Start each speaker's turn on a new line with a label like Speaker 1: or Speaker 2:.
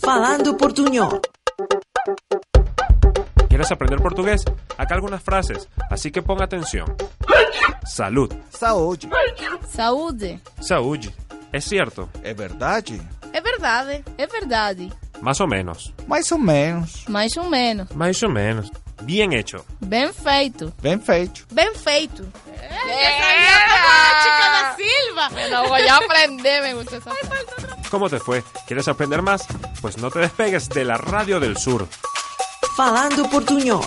Speaker 1: Falando Portuñol.
Speaker 2: ¿Quieres aprender portugués? Acá algunas frases, así que pon atención. Salud.
Speaker 3: Saúde.
Speaker 4: Saúde.
Speaker 2: Saúde. Es cierto,
Speaker 3: É verdade?
Speaker 4: É verdade. É verdade.
Speaker 2: más o menos.
Speaker 3: Mais ou menos.
Speaker 4: Mais ou menos.
Speaker 2: Más o menos. Bien hecho.
Speaker 4: Bem feito.
Speaker 3: Bem feito.
Speaker 4: Bem feito. Essa é a é da Silva. Não, vou já aprender, meu irmão, essa frase.
Speaker 2: ¿Cómo te fue? ¿Quieres aprender más? Pues no te despegues de la radio del sur.
Speaker 1: Falando Portuñol.